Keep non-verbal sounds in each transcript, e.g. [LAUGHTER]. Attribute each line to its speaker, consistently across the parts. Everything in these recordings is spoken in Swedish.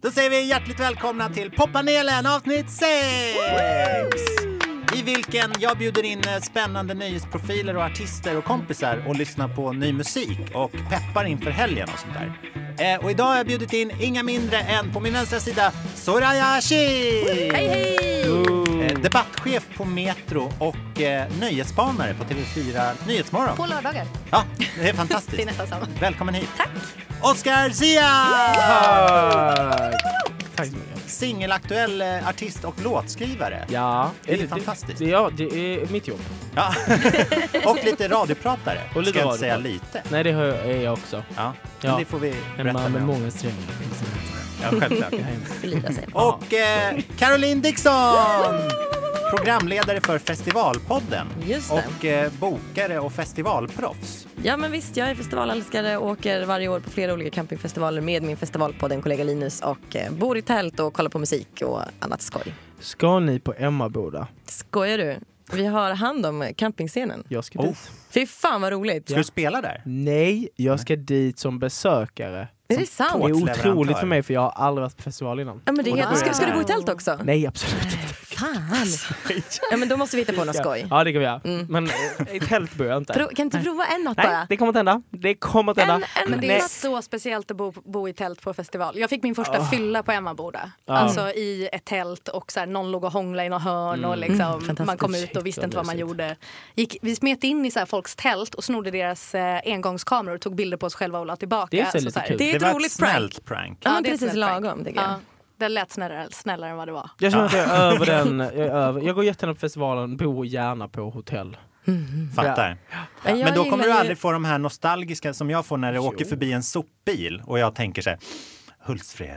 Speaker 1: Då säger vi hjärtligt välkomna till poppanelen avsnitt 6! I vilken jag bjuder in eh, spännande nyhetsprofiler och artister och kompisar och lyssnar på ny musik och peppar inför helgen och sånt där. Eh, och idag har jag bjudit in inga mindre än på min vänstra sida Soraya Ashir!
Speaker 2: Hej hej!
Speaker 1: Eh, Debattchef på Metro och eh, nyhetsspanare på TV4 Nyhetsmorgon.
Speaker 2: På lördagar.
Speaker 1: Ja, det är
Speaker 2: [LAUGHS]
Speaker 1: fantastiskt.
Speaker 2: Det är nästan samma.
Speaker 1: Välkommen hit.
Speaker 2: Tack!
Speaker 1: Oscar Zia!
Speaker 3: Tack så mycket.
Speaker 1: Singelaktuell eh, artist och låtskrivare.
Speaker 3: Ja,
Speaker 1: Det är fantastiskt.
Speaker 3: Det, ja, det är mitt jobb.
Speaker 1: Ja. [LAUGHS] och lite radiopratare.
Speaker 3: Och lite
Speaker 1: Ska jag inte
Speaker 3: radiopratare.
Speaker 1: säga lite.
Speaker 3: Nej, det har jag, är jag också.
Speaker 1: Ja.
Speaker 3: Ja.
Speaker 1: Men det får vi
Speaker 3: En
Speaker 1: berätta
Speaker 3: man
Speaker 1: mer
Speaker 3: med
Speaker 1: om.
Speaker 3: många strängar. liksom.
Speaker 1: Ja,
Speaker 3: [LAUGHS]
Speaker 1: självklart.
Speaker 3: Det här är hemskt.
Speaker 2: Förlida sig.
Speaker 1: och eh, Caroline Dixon! Programledare för Festivalpodden.
Speaker 4: Just det.
Speaker 1: och eh, bokare och festivalproffs.
Speaker 4: Ja men visst, jag är festivalälskare och åker varje år på flera olika campingfestivaler med min festivalpodden kollega Linus och eh, bor i tält och kollar på musik och annat skoj.
Speaker 3: Ska ni på Emmaboda?
Speaker 4: Skojar du? Vi har hand om campingscenen.
Speaker 3: Jag ska
Speaker 1: Oh.
Speaker 3: dit.
Speaker 4: Fy fan vad roligt!
Speaker 1: Ska du spela där?
Speaker 3: Nej, jag ska dit som besökare.
Speaker 4: Är det sant?
Speaker 3: Det är
Speaker 1: Leverantör.
Speaker 3: otroligt för mig för jag har aldrig varit på festival innan.
Speaker 4: Ja, men det är helt... ska, ska du bo i tält också?
Speaker 3: Nej,
Speaker 4: [LAUGHS]
Speaker 3: absolut inte.
Speaker 4: Fan! Ja men då måste vi hitta på något skoj. Mm.
Speaker 3: Ja, det kan vi göra. Men eh, i tält bor jag inte.
Speaker 4: Pro- kan inte prova en natt
Speaker 3: Nej,
Speaker 4: bara?
Speaker 3: det kommer inte hända. Det kommer inte hända.
Speaker 4: En- en-
Speaker 2: Men det är
Speaker 3: Nej.
Speaker 2: så speciellt att bo, bo i tält på festival. Jag fick min första fylla på Emmaboda.
Speaker 3: Ja.
Speaker 2: Alltså i ett tält och så här, någon låg och hånglade i något hörn och liksom,
Speaker 4: fantastiskt.
Speaker 2: man kom ut och visste
Speaker 3: Shit,
Speaker 2: inte vad man
Speaker 3: vad
Speaker 2: gjorde. Gick, vi smet in i så här, folks tält och snodde deras eh, engångskameror och tog bilder på oss själva och la tillbaka. Alltså
Speaker 3: Det är så lite
Speaker 2: här.
Speaker 3: kul.
Speaker 4: Det är ett
Speaker 1: var ett
Speaker 4: roligt prank.
Speaker 1: snällt prank.
Speaker 4: Ja, men
Speaker 2: det är
Speaker 4: precis
Speaker 2: ett prank.
Speaker 4: lagom tycker jag.
Speaker 2: Ja, det lät snällare, snällare än vad det var.
Speaker 3: Jag känner att jag är
Speaker 1: [LAUGHS]
Speaker 3: över den. Jag, är över. jag går jättegärna på festivalen, bor gärna på hotell.
Speaker 1: Fattar.
Speaker 4: Men, jag
Speaker 1: Men då
Speaker 4: gillar
Speaker 1: kommer du
Speaker 4: ju-
Speaker 1: aldrig få de här nostalgiska som jag får när det åker förbi en sopbil och jag tänker så här, Hultsfred.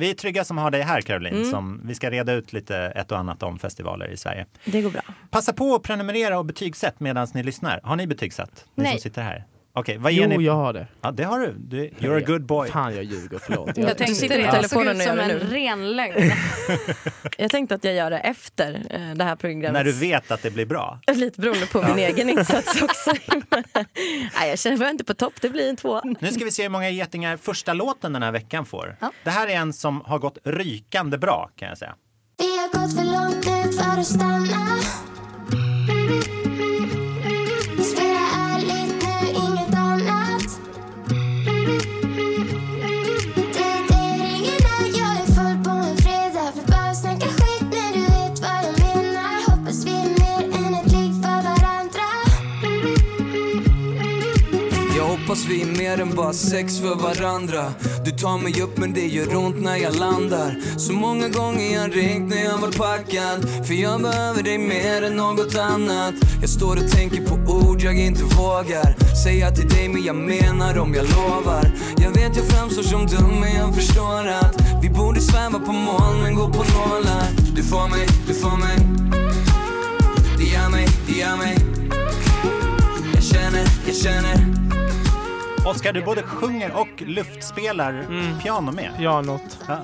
Speaker 1: vi är trygga som har dig här Caroline, som vi ska reda ut lite ett och annat om festivaler i Sverige.
Speaker 4: Det går bra.
Speaker 1: Passa på att prenumerera och betygsätt medan ni lyssnar. Har ni betygsatt? Ni
Speaker 2: Nej.
Speaker 1: som sitter här. Okej, vad ger
Speaker 3: Jo,
Speaker 1: ni?
Speaker 3: jag har det.
Speaker 1: Ja, det har du. du you're a good boy.
Speaker 3: Fan jag ljuger, förlåt.
Speaker 2: Jag tänkte
Speaker 4: sitter i
Speaker 2: det. Det såg
Speaker 4: telefonen
Speaker 2: ut
Speaker 4: och
Speaker 2: som
Speaker 4: gör det
Speaker 2: en
Speaker 4: nu.
Speaker 2: ren lögn.
Speaker 4: Jag tänkte att jag gör det efter eh, det här programmet.
Speaker 1: När du vet att det blir bra.
Speaker 4: Lite beroende på min egen [LAUGHS] insats också. Nej, jag känner mig inte på topp, det blir en två.
Speaker 1: Nu ska vi se hur många getingar första låten den här veckan får.
Speaker 2: Ja.
Speaker 1: Det här är en som har gått rykande bra kan jag säga.
Speaker 5: Vi har gått för långt nu för att stanna Vi spelar ärligt nu, inget annat Det är det ringarna, jag är full på en fredag Vill bara snacka skit men du vet vad jag menar Hoppas vi är mer än ett ligg för varandra
Speaker 6: Jag hoppas vi är mer än bara sex för varandra Du tar mig upp men det gör ont när jag landar Så många gånger jag ringt när jag var packad För jag behöver dig mer än något annat Jag står och tänker på ord jag inte vågar Säga till dig men jag menar om jag lovar Jag vet jag framstår som dum men jag förstår att Vi borde sväva på moln men gå på nålar Du får mig, du får mig Det gör mig, det gör mig Jag känner, jag känner
Speaker 1: Oskar, du både sjunger och luftspelar
Speaker 3: Mm.
Speaker 1: piano med.
Speaker 3: Pianot.
Speaker 1: Ja.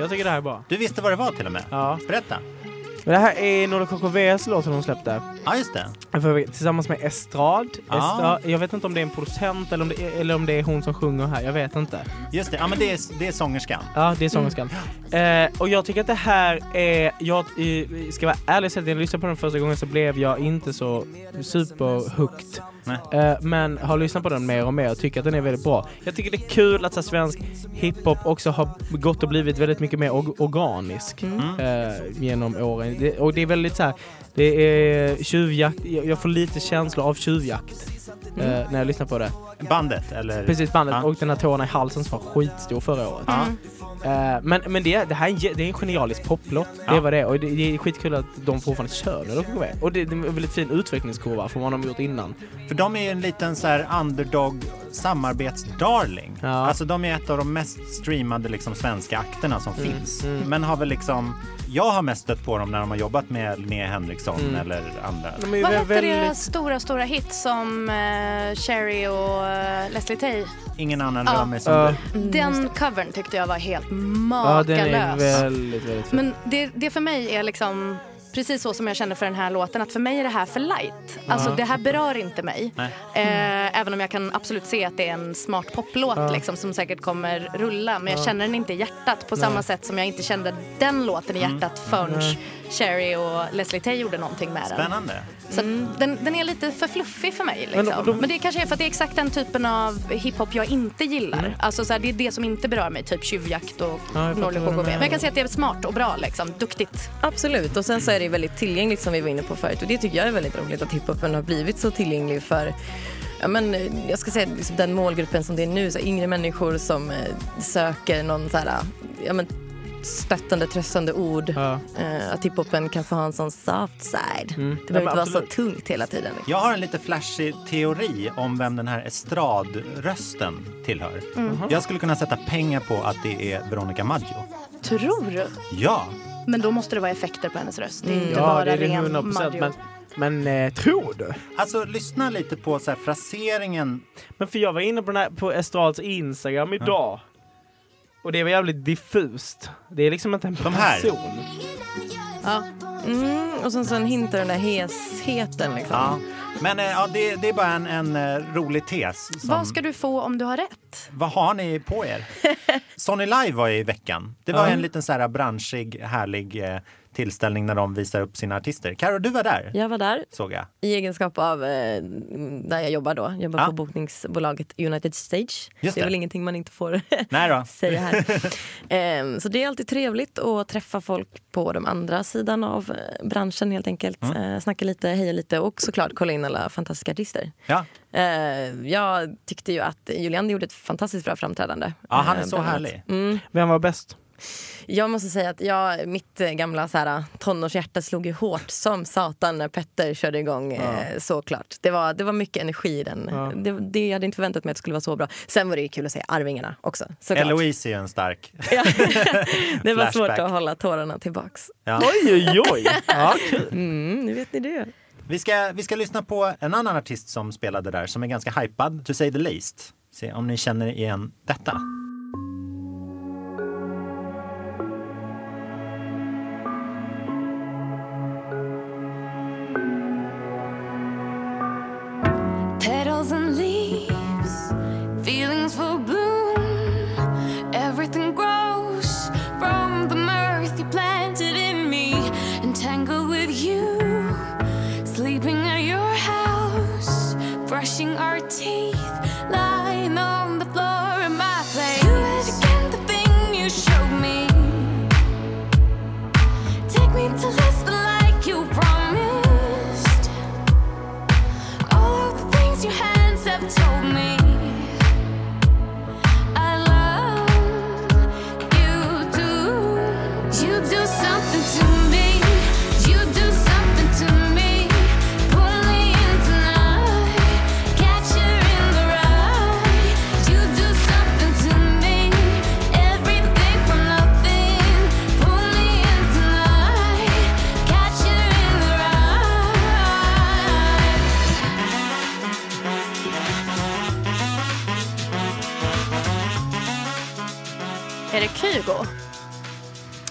Speaker 3: Jag tycker det här är bra.
Speaker 1: Du visste vad det var till och med.
Speaker 3: Ja.
Speaker 1: Berätta.
Speaker 3: Men det här är Nolo KKVs låt som de släppte.
Speaker 1: Ja, just det.
Speaker 3: För- Tillsammans med Estrad.
Speaker 1: Ja.
Speaker 3: Estra- jag vet inte om det är en producent eller om det är, eller om det är hon som sjunger här. Jag vet inte.
Speaker 1: Just det. Ja, men det är, det är sångerskan.
Speaker 3: Ja, det är sångerskan. Eh, och jag tycker att det här är... Jag eh, ska vara ärlig och säga att när jag lyssnade på den första gången så blev jag inte så superhooked.
Speaker 1: Nej.
Speaker 3: Eh, men har lyssnat på den mer och mer och tycker att den är väldigt bra. Jag tycker det är kul att så här, svensk hiphop också har gått och blivit väldigt mycket mer org- organisk eh, genom åren. Det, och det är väldigt så här, det är tjuvjakt, jag jag får lite känsla av tjuvjakt eh, när jag lyssnar på det.
Speaker 1: Bandet, eller?
Speaker 3: Precis, bandet
Speaker 1: Ja.
Speaker 3: och den här tårna i halsen som var skitstor förra året.
Speaker 2: Mm.
Speaker 3: Eh, men men det, det här är en, ge- det är en genialisk poplåt.
Speaker 1: Ja.
Speaker 3: Det var det är. och det, det är skitkul att de fortfarande kör när de kommer med. Och det, det är en väldigt fin utvecklingskurva från vad de gjort innan.
Speaker 1: För de är ju en liten så här underdog samarbetsdarling.
Speaker 3: Ja.
Speaker 1: Alltså de är ett av de mest streamade liksom, svenska akterna som
Speaker 3: Mm.
Speaker 1: finns. Men har väl liksom, jag har mest stött på dem när de har jobbat med Linnea Henriksson
Speaker 3: Mm.
Speaker 1: eller andra.
Speaker 3: De är
Speaker 2: Vad
Speaker 3: vä-
Speaker 2: hette deras stora, stora hit som eh, Cherry och eh, Leslie Tay?
Speaker 1: Ingen annan
Speaker 2: Ja.
Speaker 1: rör mig som
Speaker 3: Ja.
Speaker 1: du.
Speaker 2: Den covern tyckte jag var helt
Speaker 3: Mm, Ja, den är
Speaker 2: makalös.
Speaker 3: väldigt, väldigt fin.
Speaker 2: Men det, det för mig är liksom precis så som jag känner för den här låten, att för mig är det här för light. Alltså det här berör inte mig.
Speaker 3: Mm.
Speaker 2: Eh, även om jag kan absolut se att det är en smart poplåt liksom, som säkert kommer rulla. Men jag känner den inte i hjärtat på samma sätt som jag inte kände den låten i
Speaker 3: Mm.
Speaker 2: hjärtat förrän Cherry och Leslie Tay gjorde någonting med den.
Speaker 1: Spännande.
Speaker 2: Så att den, den är lite för fluffig för mig. Liksom. Men,
Speaker 3: Mm. då- då-
Speaker 2: det kanske är för att det är exakt den typen av hiphop jag inte gillar. Alltså, så här, det är det som inte berör mig, typ tjuvjakt och
Speaker 3: Mm. Ja, jag fattar
Speaker 2: Norlie
Speaker 3: vad du
Speaker 2: KKB. Men
Speaker 3: menar.
Speaker 2: jag kan se att det är smart och bra, liksom. duktigt.
Speaker 4: Absolut, och sen så är det ju väldigt tillgängligt som vi var inne på förut och det tycker jag är väldigt roligt att hiphopen har blivit så tillgänglig för Ja, men, eh, jag ska säga liksom den målgruppen som det är nu, så här, yngre människor som eh, söker någon så här, eh, ja, men, stöttande, tröstande ord.
Speaker 3: Ja.
Speaker 4: Eh, att hiphopen kan få ha en sån soft side. Det
Speaker 3: men
Speaker 4: behöver inte vara så
Speaker 3: Mm. absolut.
Speaker 4: tungt hela tiden. liksom.
Speaker 1: Jag har en lite flashig teori om vem den här estradrösten tillhör. Jag skulle kunna sätta pengar på att det är Veronica Maggio.
Speaker 2: Tror du?
Speaker 1: Ja,
Speaker 2: Men då måste det vara effekter på hennes röst. Det är inte
Speaker 3: Mm, Ja,
Speaker 2: bara
Speaker 3: det är det
Speaker 2: ren
Speaker 3: 100 procent.
Speaker 2: Maggio.
Speaker 3: Men, men eh, tror du?
Speaker 1: alltså lyssna lite på så här fraseringen.
Speaker 3: Men för jag var inne på, den här, på Estrads Instagram idag. Och det var jävligt diffust. Det är liksom inte en person.
Speaker 1: De här.
Speaker 4: Mm, och sen, sen hintar den där hesheten liksom.
Speaker 1: Ja. Men eh, ja, det, det är bara en, en eh, rolig tes. Som,
Speaker 2: Vad ska du få om du har rätt?
Speaker 1: vad har ni
Speaker 4: [LAUGHS]
Speaker 1: på er? Sonny Live var i veckan. Det var en liten så här branschig, härlig eh, tillställning när de visar upp sina artister. Karo, du var där,
Speaker 4: Jag var där
Speaker 1: såg jag.
Speaker 4: i egenskap av eh, där jag jobbar då. Jag jobbar
Speaker 1: Ja.
Speaker 4: på bokningsbolaget United Stage.
Speaker 1: Ah. Just
Speaker 4: det är
Speaker 1: det.
Speaker 4: väl ingenting man inte får [LAUGHS]
Speaker 1: Nej då.
Speaker 4: säga
Speaker 1: [LAUGHS]
Speaker 4: här. Ehm, så det är alltid trevligt att träffa folk på den andra sidan av eh, branschen helt enkelt.
Speaker 1: Mm.
Speaker 4: Eh, snacka lite, heja lite och såklart kolla in alla fantastiska artister.
Speaker 1: Ja.
Speaker 4: Ehm, jag tyckte ju att Julian gjorde ett fantastiskt bra framträdande.
Speaker 1: ja, han är
Speaker 4: Ehm,
Speaker 1: så
Speaker 4: bland annat.
Speaker 1: härlig.
Speaker 3: Vem var bäst?
Speaker 4: Jag måste säga att jag, mitt eh, gamla så här, tonårshjärta slog ju hårt som satan när Petter körde igång eh, såklart. Det var, det var mycket energi i den. Det, det, jag hade inte förväntat mig att det skulle vara så bra. Sen var det ju kul att se Arvingarna också. Såklart. [LAUGHS]
Speaker 1: Eloise är ju en stark.
Speaker 4: det var
Speaker 1: Flashback.
Speaker 4: svårt att hålla tårarna tillbaks.
Speaker 1: Ja.
Speaker 3: Oj, oj, oj! [LAUGHS] Ja, kul.
Speaker 4: Mm, nu vet ni
Speaker 1: [LAUGHS]
Speaker 4: det.
Speaker 1: Vi ska, vi ska lyssna på en annan artist som spelade där som är ganska hypad, to say the least. Se om ni känner igen detta.
Speaker 7: Petals and leaves, feelings will bloom. Everything grows from the mirth you planted in me. Entangled with you, sleeping at your house, brushing our teeth, lying on the floor in my place. Do it again, the thing you showed me. Take me to Lisbon like you promised. All of the things your hands have told me. I love you do. You do something to me. You do something to me. Pull me in tonight. Catcher in the rye. You do something to me. Everything from nothing. Pull me in tonight. Catcher in the rye.
Speaker 2: Är det Kygo?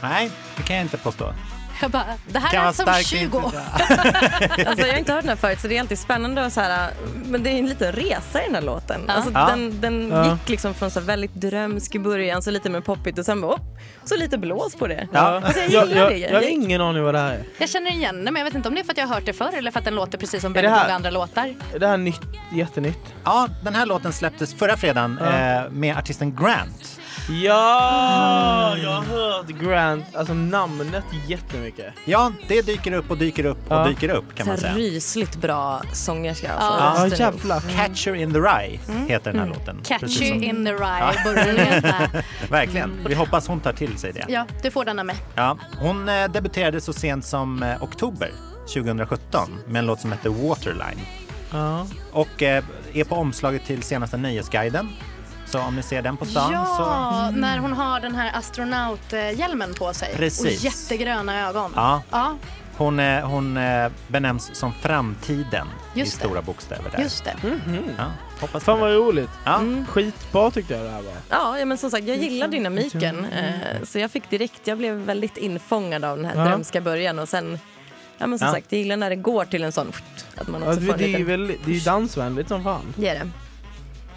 Speaker 1: Nej, det kan jag inte påstå.
Speaker 2: Jag bara, det här
Speaker 1: Kan
Speaker 2: lät som
Speaker 1: starkt
Speaker 2: 20.
Speaker 1: intryck.
Speaker 4: Alltså, jag har inte hört den här förut så det är alltid spännande och så här, men det är en liten resa i den här låten. Alltså,
Speaker 1: Ja.
Speaker 4: Den, den
Speaker 3: Ja.
Speaker 4: gick liksom från så här väldigt drömsk i början, så lite mer poppigt och sen bara, oh, så lite blås på det. Alltså, jag
Speaker 3: jag,
Speaker 4: gillar
Speaker 3: jag,
Speaker 4: det.
Speaker 3: jag har ingen aning vad det här är.
Speaker 2: Jag känner igen den, men jag vet inte om det är för att jag har hört det förr eller för att den låter precis som
Speaker 3: Är det
Speaker 2: väldigt
Speaker 3: här-
Speaker 2: många andra låtar.
Speaker 3: Det här är nytt, jättenytt.
Speaker 1: Ja, den här låten släpptes förra fredagen eh, med artisten Grant.
Speaker 3: Ja, jag har hört Grant, alltså namnet jättemycket.
Speaker 1: Ja, det dyker upp och dyker upp och
Speaker 3: Ja.
Speaker 1: dyker upp kan man
Speaker 4: så här
Speaker 1: säga.
Speaker 4: rysligt bra sångerska.
Speaker 2: Ja.
Speaker 4: Alltså, rösten är-
Speaker 1: Catcher in the Rye heter den här låten.
Speaker 2: Catchy
Speaker 1: Precis som-
Speaker 2: in the rye, början
Speaker 3: [LAUGHS]
Speaker 2: där.
Speaker 1: Verkligen. Vi hoppas hon tar till sig det.
Speaker 2: Ja, du får den av mig.
Speaker 1: Ja, hon eh, debuterade så sent som eh, oktober 2017 med en låt som heter Waterline.
Speaker 3: Ja.
Speaker 1: Och eh, är på omslaget till senaste Nöjesguiden. Så om ni ser den på stan så... Mm.
Speaker 2: Ja, när hon har den här astronauthjälmen på sig.
Speaker 1: Precis.
Speaker 2: Och jättegröna ögon.
Speaker 1: Ja,
Speaker 2: Ja,
Speaker 1: hon, eh, hon eh, benämns som framtiden i
Speaker 2: Just det.
Speaker 1: stora bokstäver där.
Speaker 2: just det.
Speaker 1: Ja, hoppas
Speaker 3: Fan
Speaker 1: på det.
Speaker 3: vad Mm. roligt.
Speaker 1: Ja.
Speaker 3: Skitbra tyckte jag det här var.
Speaker 4: Ja, ja, men som sagt, jag gillar dynamiken. eh, Så jag fick direkt, jag blev väldigt infångad av den här
Speaker 3: Ja.
Speaker 4: drömska början och sen Ja, men som
Speaker 1: Ja.
Speaker 4: sagt, jag gillar när det går till en sån... Att man också
Speaker 3: Alltså,
Speaker 4: får en
Speaker 3: det är ju
Speaker 4: liten...
Speaker 3: väldigt, det är ju dansvänligt som fan.
Speaker 4: Det är det.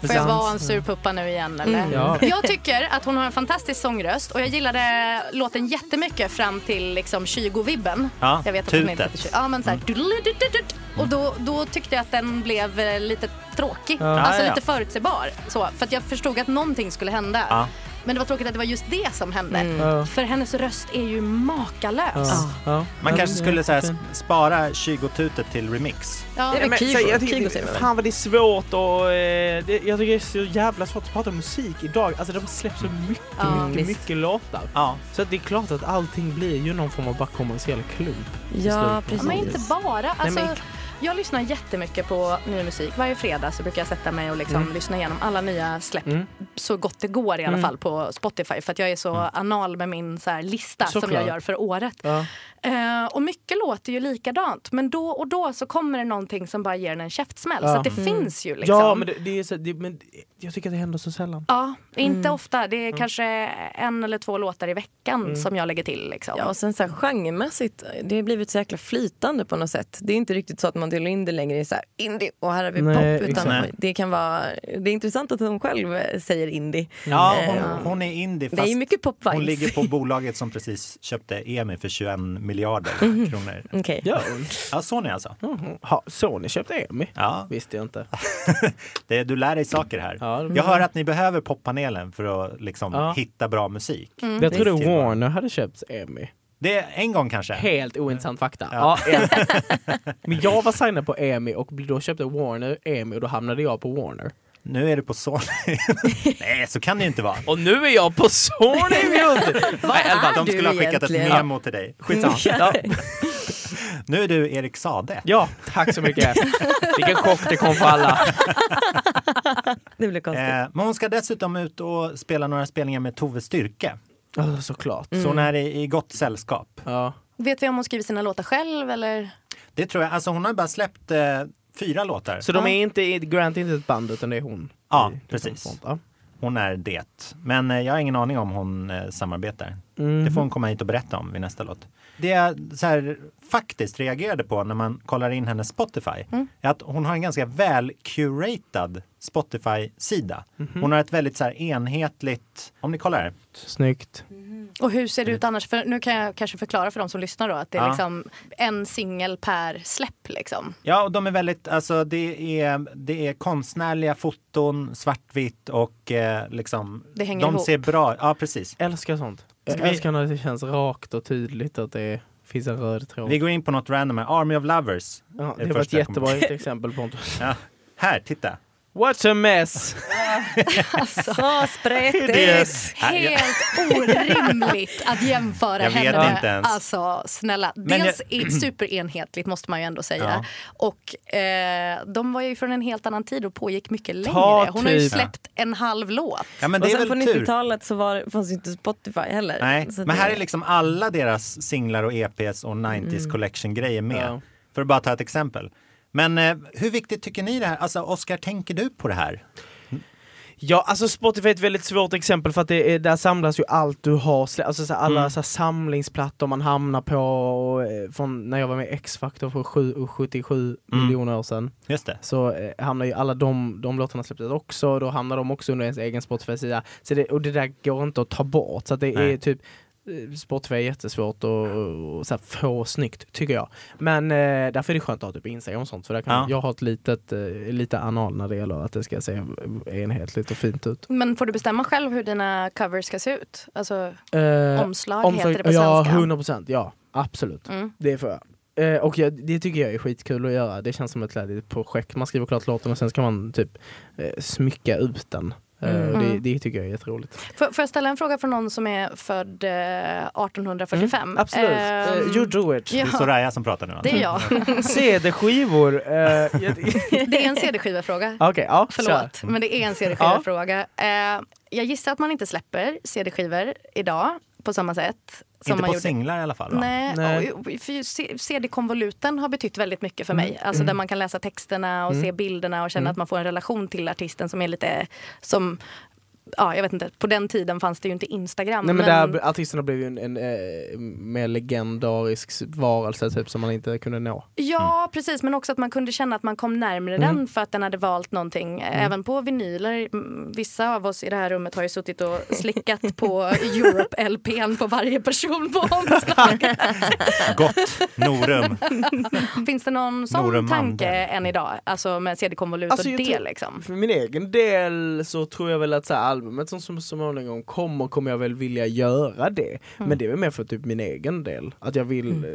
Speaker 2: Får jag vara en sur puppa nu igen eller?
Speaker 1: Mm.
Speaker 3: Ja.
Speaker 2: Jag tycker att hon har en fantastisk sångröst och jag gillade låten jättemycket fram till liksom Kygo-vibben.
Speaker 1: Ja,
Speaker 2: jag vet att hon inte
Speaker 1: tutet. Mm.
Speaker 2: heter Kygo. Ja, men så här, dudelidududud. Och då, då tyckte jag att den blev eh, lite tråkig. Alltså
Speaker 1: Ja, ja, ja.
Speaker 2: lite förutsägbar. Så, för att jag förstod att någonting skulle hända.
Speaker 1: Ja. Mm.
Speaker 2: Men det var tråkigt att det var just det som hände.
Speaker 3: Ja.
Speaker 2: För hennes röst är ju makalös.
Speaker 3: Ja.
Speaker 1: Man
Speaker 3: Ja,
Speaker 1: kanske
Speaker 3: det-
Speaker 1: skulle så här, spara 20-tutet till remix.
Speaker 2: Ja.
Speaker 4: Det är väl
Speaker 3: Men,
Speaker 4: Kygo.
Speaker 3: så, jag
Speaker 4: Kygo
Speaker 3: tycker,
Speaker 4: säger man väl?
Speaker 3: fan vad det är svårt och eh, det, jag tycker det är så jävla svårt att prata om musik idag. Alltså det har släppt så mycket,
Speaker 2: Ja,
Speaker 3: mycket,
Speaker 4: visst.
Speaker 3: mycket låtar.
Speaker 1: Ja.
Speaker 3: Så att det är klart att allting blir ju någon form av bara kommersiell klump. till
Speaker 4: Ja,
Speaker 3: slut.
Speaker 2: Ja, Men inte bara. Alltså,
Speaker 3: men-
Speaker 2: Jag lyssnar jättemycket på ny musik. Varje fredag så brukar jag sätta mig och liksom
Speaker 3: Mm.
Speaker 2: lyssna igenom alla nya släpp så gott det går i alla fall på Spotify för att jag är så anal med min så här, lista som
Speaker 3: Mm.
Speaker 2: jag
Speaker 3: Såklart.
Speaker 2: gör för året.
Speaker 3: Ja.
Speaker 2: Eh, och mycket låter ju likadant men då och då så kommer det någonting som bara ger en en käftsmäll så att
Speaker 4: Mm.
Speaker 2: det finns ju liksom.
Speaker 3: Ja, men, det, det är så, det, men jag tycker att det händer så sällan.
Speaker 2: Ja,
Speaker 3: Mm.
Speaker 2: inte ofta. Det är kanske en eller två låtar i veckan
Speaker 3: Mm.
Speaker 2: som jag lägger till. Liksom.
Speaker 4: Ja, och sen så här, genremässigt, det har blivit så jäkla flytande på något sätt. Det är inte riktigt så att man delar in det längre i så här indie och här har vi
Speaker 3: Nej,
Speaker 4: pop. Utan
Speaker 1: exakt.
Speaker 4: det, kan vara, det är intressant att hon själv eh, säger indie.
Speaker 1: Ja, hon, hon är indie
Speaker 4: Det är
Speaker 1: fast
Speaker 4: ju mycket pop
Speaker 1: hon ligger
Speaker 4: vibes.
Speaker 1: på bolaget som precis köpte EMI för 21 miljarder
Speaker 3: Mhm.
Speaker 1: kronor.
Speaker 4: [LAUGHS] Okej.
Speaker 3: Ja. [LAUGHS]
Speaker 1: Ja, Sony alltså.
Speaker 3: Ha, Sony köpte EMI.
Speaker 1: Ja,
Speaker 3: Visste jag inte.
Speaker 1: det, du lär dig saker här.
Speaker 3: Ja, det-
Speaker 1: Jag hör att ni behöver poppanelen för att liksom
Speaker 3: Ja. Mm.
Speaker 1: hitta bra musik.
Speaker 3: Jag trodde
Speaker 1: Visst, Hilma.
Speaker 3: Warner hade köpt EMI.
Speaker 1: Det är en gång kanske.
Speaker 3: Helt ointressant fakta. Ja. [LAUGHS] men jag var signad på EMI och då köpte Warner EMI och då hamnade jag på Warner.
Speaker 1: Nu är du på
Speaker 3: [LAUGHS]
Speaker 1: Sony. Nej, så kan det ju inte vara.
Speaker 3: Och nu är jag på Sony [LAUGHS] Music! Vad
Speaker 4: är
Speaker 1: De
Speaker 4: du
Speaker 1: skulle ha skickat ett
Speaker 4: egentligen?
Speaker 1: memo till dig.
Speaker 4: [LAUGHS]
Speaker 1: Skitsamma.
Speaker 3: [LAUGHS] Ja.
Speaker 1: Nu är du Erik Sade.
Speaker 3: ja, tack så mycket. Vilken chock det kom för alla.
Speaker 4: Det blir konstigt.
Speaker 1: Eh, men hon ska dessutom ut och spela några spelningar med Tove Styrke.
Speaker 3: Ja, såklart.
Speaker 1: Så hon är i, i gott sällskap.
Speaker 3: Ja.
Speaker 2: Vet vi om hon skriver sina låtar själv eller?
Speaker 1: Det tror jag. Alltså hon har bara släppt eh, fyra låtar.
Speaker 3: Så de är inte, Grant är inte ett band utan det är hon?
Speaker 1: Ja,
Speaker 3: I- i-
Speaker 1: precis.
Speaker 3: sånt, ja.
Speaker 1: Hon är det. Men eh, jag har ingen aning om hon eh, samarbetar.
Speaker 3: Mhm.
Speaker 1: Det får hon komma hit och berätta om vid nästa låt. Det jag så här, faktiskt reagerade på när man kollar in hennes Spotify
Speaker 3: Mm.
Speaker 1: är att hon har en ganska väl curated Spotify-sida.
Speaker 3: Mhm.
Speaker 1: Hon har ett väldigt så här, enhetligt, om ni kollar här.
Speaker 3: Snyggt.
Speaker 2: Och hur ser det ut annars? För nu kan jag kanske förklara för de som lyssnar då att det är
Speaker 1: Ja.
Speaker 2: liksom en singel per släpp liksom.
Speaker 1: Ja, och de är väldigt, alltså det är, det är konstnärliga foton, svartvitt och eh, liksom.
Speaker 2: Det hänger
Speaker 1: de
Speaker 2: ihop.
Speaker 1: ser bra, ja precis.
Speaker 3: Älskar sånt. Jag
Speaker 1: Ska vi-
Speaker 3: älskar när det känns rakt och tydligt att det finns en röd tråd.
Speaker 1: Vi går in på något random här, Army of Lovers.
Speaker 3: Ja,
Speaker 1: är
Speaker 3: det var ett
Speaker 1: första jag kommer
Speaker 3: jättebra [LAUGHS] exempel Pontus.
Speaker 1: Ja. Här, titta.
Speaker 3: What's a mess!
Speaker 1: Eh,
Speaker 4: Så
Speaker 1: [LAUGHS]
Speaker 4: spretigt!
Speaker 1: Ja, ja.
Speaker 2: Helt orimligt att jämföra
Speaker 1: Jag vet
Speaker 2: henne.
Speaker 1: inte ens.
Speaker 2: Alltså snälla.
Speaker 1: Men
Speaker 2: Dels är superenhetligt måste man ju ändå säga.
Speaker 1: Ja.
Speaker 2: Och eh, de var ju från en helt annan tid och pågick mycket längre.
Speaker 3: Ta
Speaker 2: Hon
Speaker 1: typ-
Speaker 2: har ju
Speaker 3: tid.
Speaker 2: släppt en halv låt.
Speaker 1: Ja, men
Speaker 4: och
Speaker 1: det
Speaker 4: sen
Speaker 1: är
Speaker 4: på
Speaker 1: väl tur.
Speaker 4: 90-talet så var, fanns ju inte Spotify heller.
Speaker 1: Nej,
Speaker 4: Så
Speaker 1: men
Speaker 4: det-
Speaker 1: här är liksom alla deras singlar och EPs och 90s
Speaker 2: Mm.
Speaker 1: collection-grejer med.
Speaker 3: Ja.
Speaker 1: För att bara ta ett exempel. Men eh, hur viktigt tycker ni det här? Alltså Oskar, tänker du på det här?
Speaker 3: Ja, alltså Spotify är ett väldigt svårt exempel för att det är, där samlas ju allt du har, slä- alltså så här, alla så här, samlingsplattor man hamnar på och, eh, från när jag var med i X-Factor för sju- 77 miljoner år sedan
Speaker 1: Just det.
Speaker 3: så eh, hamnar ju alla de, de låtarna släpptes också, då hamnar de också under ens egen Spotify-sida. Så det, och det där går inte att ta bort. Så att det är
Speaker 1: Nej.
Speaker 3: typ eh, Spotify är jättesvårt och, och så här, få snyggt, tycker jag. Men eh, därför är det skönt att ha typ Instagram och sånt, för där kan
Speaker 1: Ja.
Speaker 3: jag har ett litet, eh, lite anal när det gäller att det ska se enhetligt och fint ut.
Speaker 2: Men får du bestämma själv hur dina covers ska se ut? Alltså
Speaker 3: Eh,
Speaker 2: omslag
Speaker 3: omsorg-
Speaker 2: heter det på
Speaker 3: Ja,
Speaker 2: svenska. Mm.
Speaker 3: 100 procent. Ja, absolut. Det får jag. Eh, och jag, det tycker jag är skitkul att göra. Det känns som ett ledigt projekt. Man skriver klart låten och sen ska man typ eh, smycka ut den. Eh,
Speaker 2: Mm.
Speaker 3: och det, det tycker jag är jätteroligt.
Speaker 2: Får, får jag ställa en fråga från någon som är född eh, 1845?
Speaker 3: Mm. Absolut.
Speaker 2: Ehm,
Speaker 3: Eh, you do it.
Speaker 1: Det är
Speaker 2: ja,
Speaker 1: Soraya som pratar nu.
Speaker 2: det är jag.
Speaker 3: Mm. [LAUGHS] CD-skivor. Eh, jag- [LAUGHS] Okej,
Speaker 2: [LAUGHS] Det är en CD-skiva-fråga.
Speaker 3: ja. kör.
Speaker 2: Förlåt, men det är en CD-skiva-fråga. Eh, jag gissar att man inte släpper CD-skivor idag på samma sätt. Som
Speaker 1: Inte
Speaker 2: man
Speaker 1: på
Speaker 2: gjorde.
Speaker 1: singlar i alla fall. va?
Speaker 2: Nej,
Speaker 3: Nej. Mm,
Speaker 2: och- och- för ju C- CD-konvoluten har betytt väldigt mycket för mig. Alltså där man kan läsa texterna och se bilderna och känna att man får en relation till artisten som är lite som ja, jag vet inte, på den tiden fanns det ju inte Instagram.
Speaker 3: Nej men, där artisten har blivit en, en eh, mer legendarisk s- varelse typ som man inte kunde nå.
Speaker 2: Ja,
Speaker 3: Mm.
Speaker 2: precis. Men också att man kunde känna att man kom närmare den för att den hade valt någonting.
Speaker 3: Mm.
Speaker 2: Även på vinyler. Mm, Vissa av oss i det här rummet har ju suttit och slickat på [LAUGHS] Europe-LPn på varje person på
Speaker 3: [LAUGHS]
Speaker 2: omslaget.
Speaker 1: Gott.
Speaker 2: [LAUGHS]
Speaker 1: Norum.
Speaker 2: Finns det någon sån
Speaker 1: Norum
Speaker 2: tanke
Speaker 1: Mandel.
Speaker 2: än idag? Alltså med CD-konvolut
Speaker 3: Alltså,
Speaker 2: och
Speaker 3: jag
Speaker 2: det
Speaker 3: tror-
Speaker 2: liksom.
Speaker 3: För min egen del så tror jag väl att så här, albumet som som småningom kommer, kommer jag väl vilja göra det. Men det är väl mer för typ min egen del. Att jag vill eh,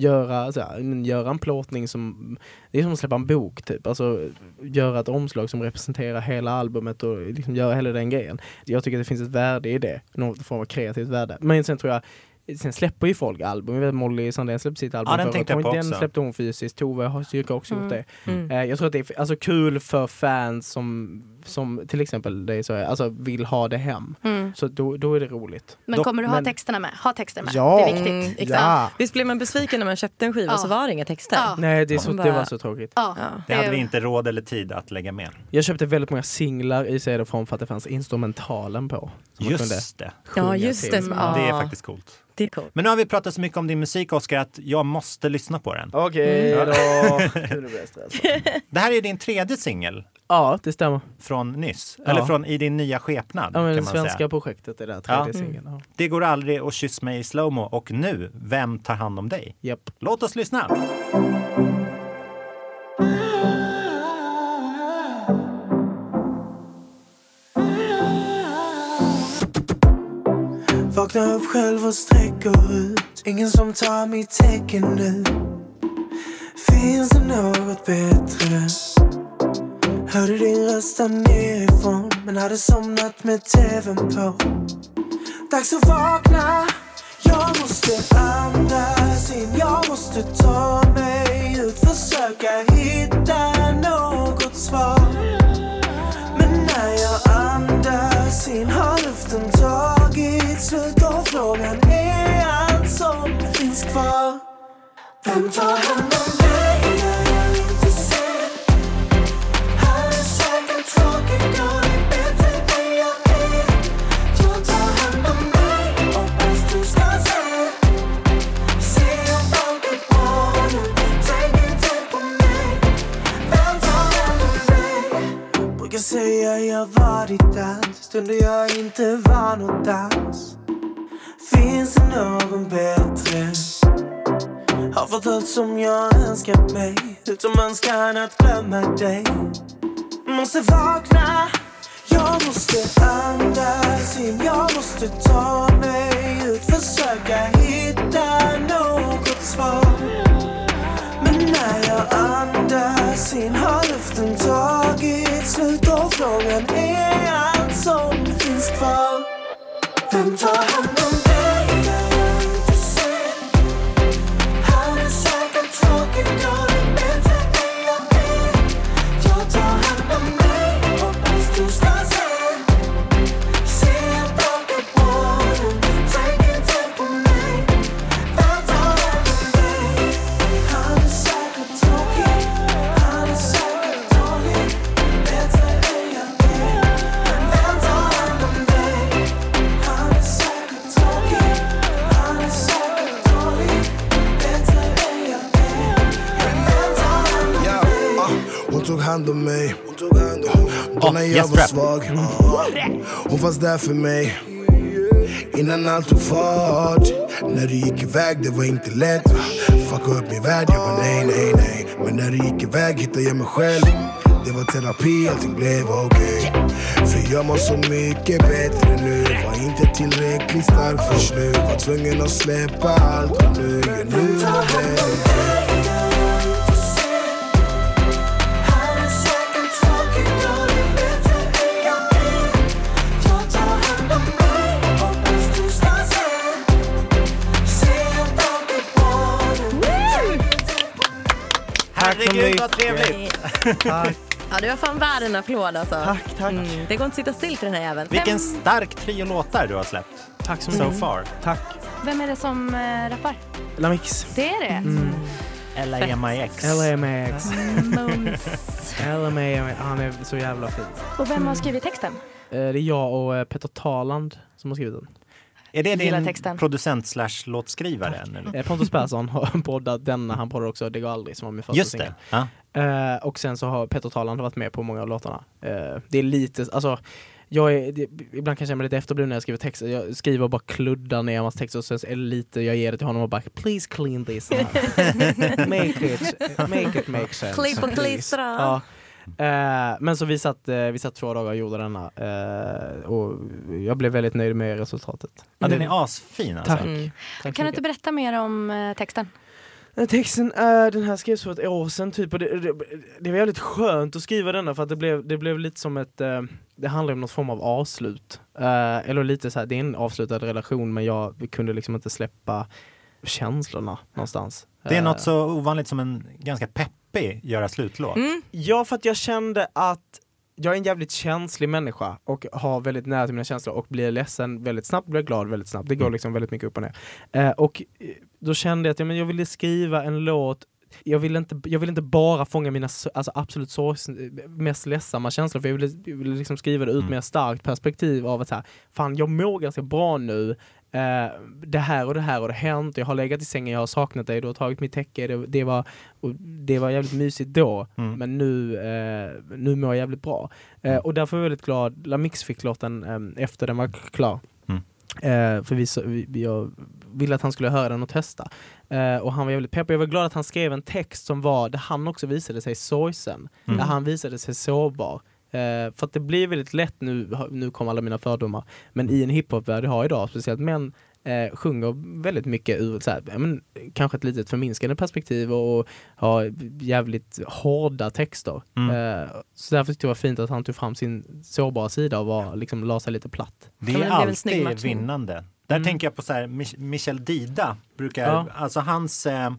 Speaker 3: göra, så här, en- göra en plåtning som, det är som att släppa en bok typ. Alltså göra ett omslag som representerar hela albumet och liksom göra hela den grejen. Jag tycker att det finns ett värde i det, någon form av kreativt värde. Men sen tror jag Sen släpper ju folk album. Jag vet Molly Sandén släppte sitt album
Speaker 1: Ja, den
Speaker 3: förra
Speaker 1: tänkte jag
Speaker 3: året.
Speaker 1: på
Speaker 3: Den
Speaker 1: också.
Speaker 3: släppte hon fysiskt. Tove har ju också gjort det. Eh, Jag tror att det är alltså, kul för fans som, som till exempel dig så alltså, vill ha det hem. Så då, då är det roligt.
Speaker 2: Men
Speaker 3: Dock-
Speaker 2: kommer du ha
Speaker 3: men-
Speaker 2: texterna med? Ha texterna med.
Speaker 3: Ja.
Speaker 2: Det är viktigt.
Speaker 4: Mm, exakt.
Speaker 3: Ja.
Speaker 4: Visst blev man besviken när man köpte en skiva
Speaker 2: Ja.
Speaker 4: så var det inga texter?
Speaker 2: Ja.
Speaker 3: Nej, det, är så,
Speaker 4: Man
Speaker 3: det
Speaker 4: bara-
Speaker 3: var så tråkigt.
Speaker 2: Ja, Eh,
Speaker 1: Det hade vi inte råd eller tid att lägga med.
Speaker 3: Jag köpte väldigt många singlar i CD-form för att det fanns instrumentalen på. Som man kunde
Speaker 1: Just det.
Speaker 4: Ja,
Speaker 3: sjunga
Speaker 4: just det.
Speaker 3: till.
Speaker 4: Ja.
Speaker 1: Mm, Det är faktiskt coolt.
Speaker 4: Det är coolt.
Speaker 1: Men nu har vi pratat så mycket om din musik, Oscar, att jag måste lyssna på den.
Speaker 3: Okej Mm. då. [LAUGHS] Kul att bli stressad.
Speaker 1: Det här är ju din tredje singel
Speaker 3: Ja, det stämmer.
Speaker 1: från nyss,
Speaker 3: Ja.
Speaker 1: eller från i din nya skepnad.
Speaker 3: Ja, men det
Speaker 1: kan man
Speaker 3: svenska
Speaker 1: säga.
Speaker 3: projektet är där,
Speaker 1: Ja. Mm.
Speaker 3: tredje singeln. Ja.
Speaker 1: Det går aldrig att kyss mig i slowmo och nu, Vem tar hand om dig?
Speaker 3: Japp.
Speaker 1: Låt oss lyssna.
Speaker 8: Vaknar upp själv och sträcker ut Ingen som tar mitt tecken nu Finns det något bättre? Hörde din röst där nerifrån Men hade somnat med tvn på Dags att vakna Jag måste andas in Jag måste ta mig ut Försöka hitta något svar men när jag andas in har luften tagit slut och frågan är allt som finns kvar. Vem tar hand om dig när jag inte ser? Han är säkert tråkig och det är bättre än jag är. Jag tar hand om dig, hoppas du ska se. Se jag tänker på honom, tänk inte på mig. Vem tar hand om dig? Brukar säga jag varit dans Stunder jag inte var nåt dans Finns det någon bättre? Har fått allt som jag önskat mig Utom önskan att glömma dig Måste vakna Jag måste andas in Jag måste ta mig ut Försöka hitta något svar men när jag andas in har luften tagit slut och frågan är allt som finns kvar. Vem tar hand om dig när jag inte ser? Han är säkert tråkig och det är bättre än jag är. Jag tar hand om dig, hoppas du ska se. Se jag tänker på honom, tänk inte på mig. Vem tar hand om dig? Han är säkert tråkig, han är säkert dålig Bättre än jag är, men vem tar hand om dig? Han är säkert tråkig, han är säkert dålig Bättre än jag är, men vem tar hand om dig?
Speaker 9: Ja, ah, hon tog hand om mig. Hon tog hand om Då när jag
Speaker 1: Jesper.
Speaker 9: var svag. ah, Hon fanns där för mig. Innan allt tog fart. När du gick iväg, det var inte lätt. Fucka upp min värld, jag bara nej, nej, nej. Men när du gick iväg hittade jag mig själv. Det var terapi, allting blev okej. För jag mår så mycket bättre nu. Var inte tillräckligt stark först nu. Var tvungen att släppa allt och nu är nu det.
Speaker 1: Herregud vad trevligt!
Speaker 4: Ja, du var fan värd en applåd alltså. Tack, tack. Mm, det går inte att sitta still till den här jäveln.
Speaker 1: Vilken stark trio låtar du har släppt
Speaker 3: Tack så
Speaker 1: so
Speaker 3: mycket.
Speaker 1: far.
Speaker 3: Tack.
Speaker 2: Vem är det som äh, eh, rappar?
Speaker 3: Lamix.
Speaker 2: Det är det?
Speaker 1: Eller MIX.
Speaker 3: LMAX.
Speaker 2: Mums.
Speaker 3: LMAX. Han är så jävla fin.
Speaker 2: Och vem har skrivit texten?
Speaker 3: Eh, Det är jag och eh, Petter Taland som har skrivit den.
Speaker 1: Är det
Speaker 2: Gillar
Speaker 1: din
Speaker 2: texten.
Speaker 1: producent slash låtskrivare? Eller?
Speaker 3: Eh, Pontus Persson har [LAUGHS] poddat denna, han poddar också Det går aldrig som var min första
Speaker 1: Just
Speaker 3: singel.
Speaker 1: det. Ja.
Speaker 3: Eh, och sen så har Petter Taland varit med på många av låtarna. Eh, det är lite, alltså jag är, det, ibland kan jag känna mig lite efterbliven när jag skriver texter. Jag skriver och bara kluddar ner hans texter och sen så är det lite, jag ger det till honom och bara “Please clean
Speaker 4: [LAUGHS]
Speaker 3: this up. make it, make it make sense”.
Speaker 4: Klipp och
Speaker 3: please."
Speaker 4: klistra.
Speaker 3: Ja. Eh, men så vi satt, eh, vi satt två dagar och gjorde denna eh, och jag blev väldigt nöjd med resultatet.
Speaker 1: ja, den är asfin alltså.
Speaker 3: Mm. Tack.
Speaker 4: Mm.
Speaker 3: Tack
Speaker 2: Kan du
Speaker 3: mycket.
Speaker 2: inte berätta mer om eh, texten?
Speaker 3: Den texten, äh, den här skrevs för ett år sedan typ och det, det, det var jävligt skönt att skriva denna för att det blev, det blev lite som ett, eh, det handlar om någon form av avslut. Eh, eller lite så här, det är en avslutad relation men jag kunde liksom inte släppa känslorna någonstans.
Speaker 1: Det är
Speaker 3: Eh,
Speaker 1: något så ovanligt som en ganska peppig göra slutlåt.
Speaker 3: Ja, för att jag kände att jag är en jävligt känslig människa och har väldigt nära till mina känslor och blir ledsen väldigt snabbt, blir glad väldigt snabbt. Det går liksom väldigt mycket upp och ner. Eh, och eh, då kände jag att ja, men jag ville skriva en låt jag ville, inte, jag ville inte bara fånga mina so- alltså absolut sorgs, mest ledsamma känslor för jag ville, jag ville liksom skriva det ut med ett starkt perspektiv av att så här, fan jag mår ganska bra nu, eh, det här och det här har det hänt, jag har legat i sängen, jag har saknat dig, du har tagit mitt täcke, det, det, var, och det var jävligt mysigt då men nu, eh, nu mår jag jävligt bra. Eh, och därför är jag väldigt glad, Lamix fick låten eh, efter den var k- klar.
Speaker 1: Mm.
Speaker 3: Eh, för vi, så- vi, vi- jag ville att han skulle höra den och testa. Eh, och han var jävligt pepp. Jag var glad att han skrev en text som var, där han också visade sig sorgsen. Där han visade sig sårbar. Eh, för att det blir väldigt lätt nu, ha- nu kommer alla mina fördomar, men i en hiphopvärld jag har idag, speciellt män eh, sjunger väldigt mycket ur så här, ja, men, kanske ett litet förminskande perspektiv och, och har jävligt hårda texter. Eh, så därför tyckte jag det var fint att han tog fram sin sårbara sida och var, liksom, la sig lite platt.
Speaker 1: Det
Speaker 4: men
Speaker 1: är
Speaker 4: det blev en snygg
Speaker 1: alltid
Speaker 4: matchning.
Speaker 1: vinnande. Där tänker jag på så här, Mich- Michel Dida brukar,
Speaker 3: Ja.
Speaker 1: alltså hans, eh,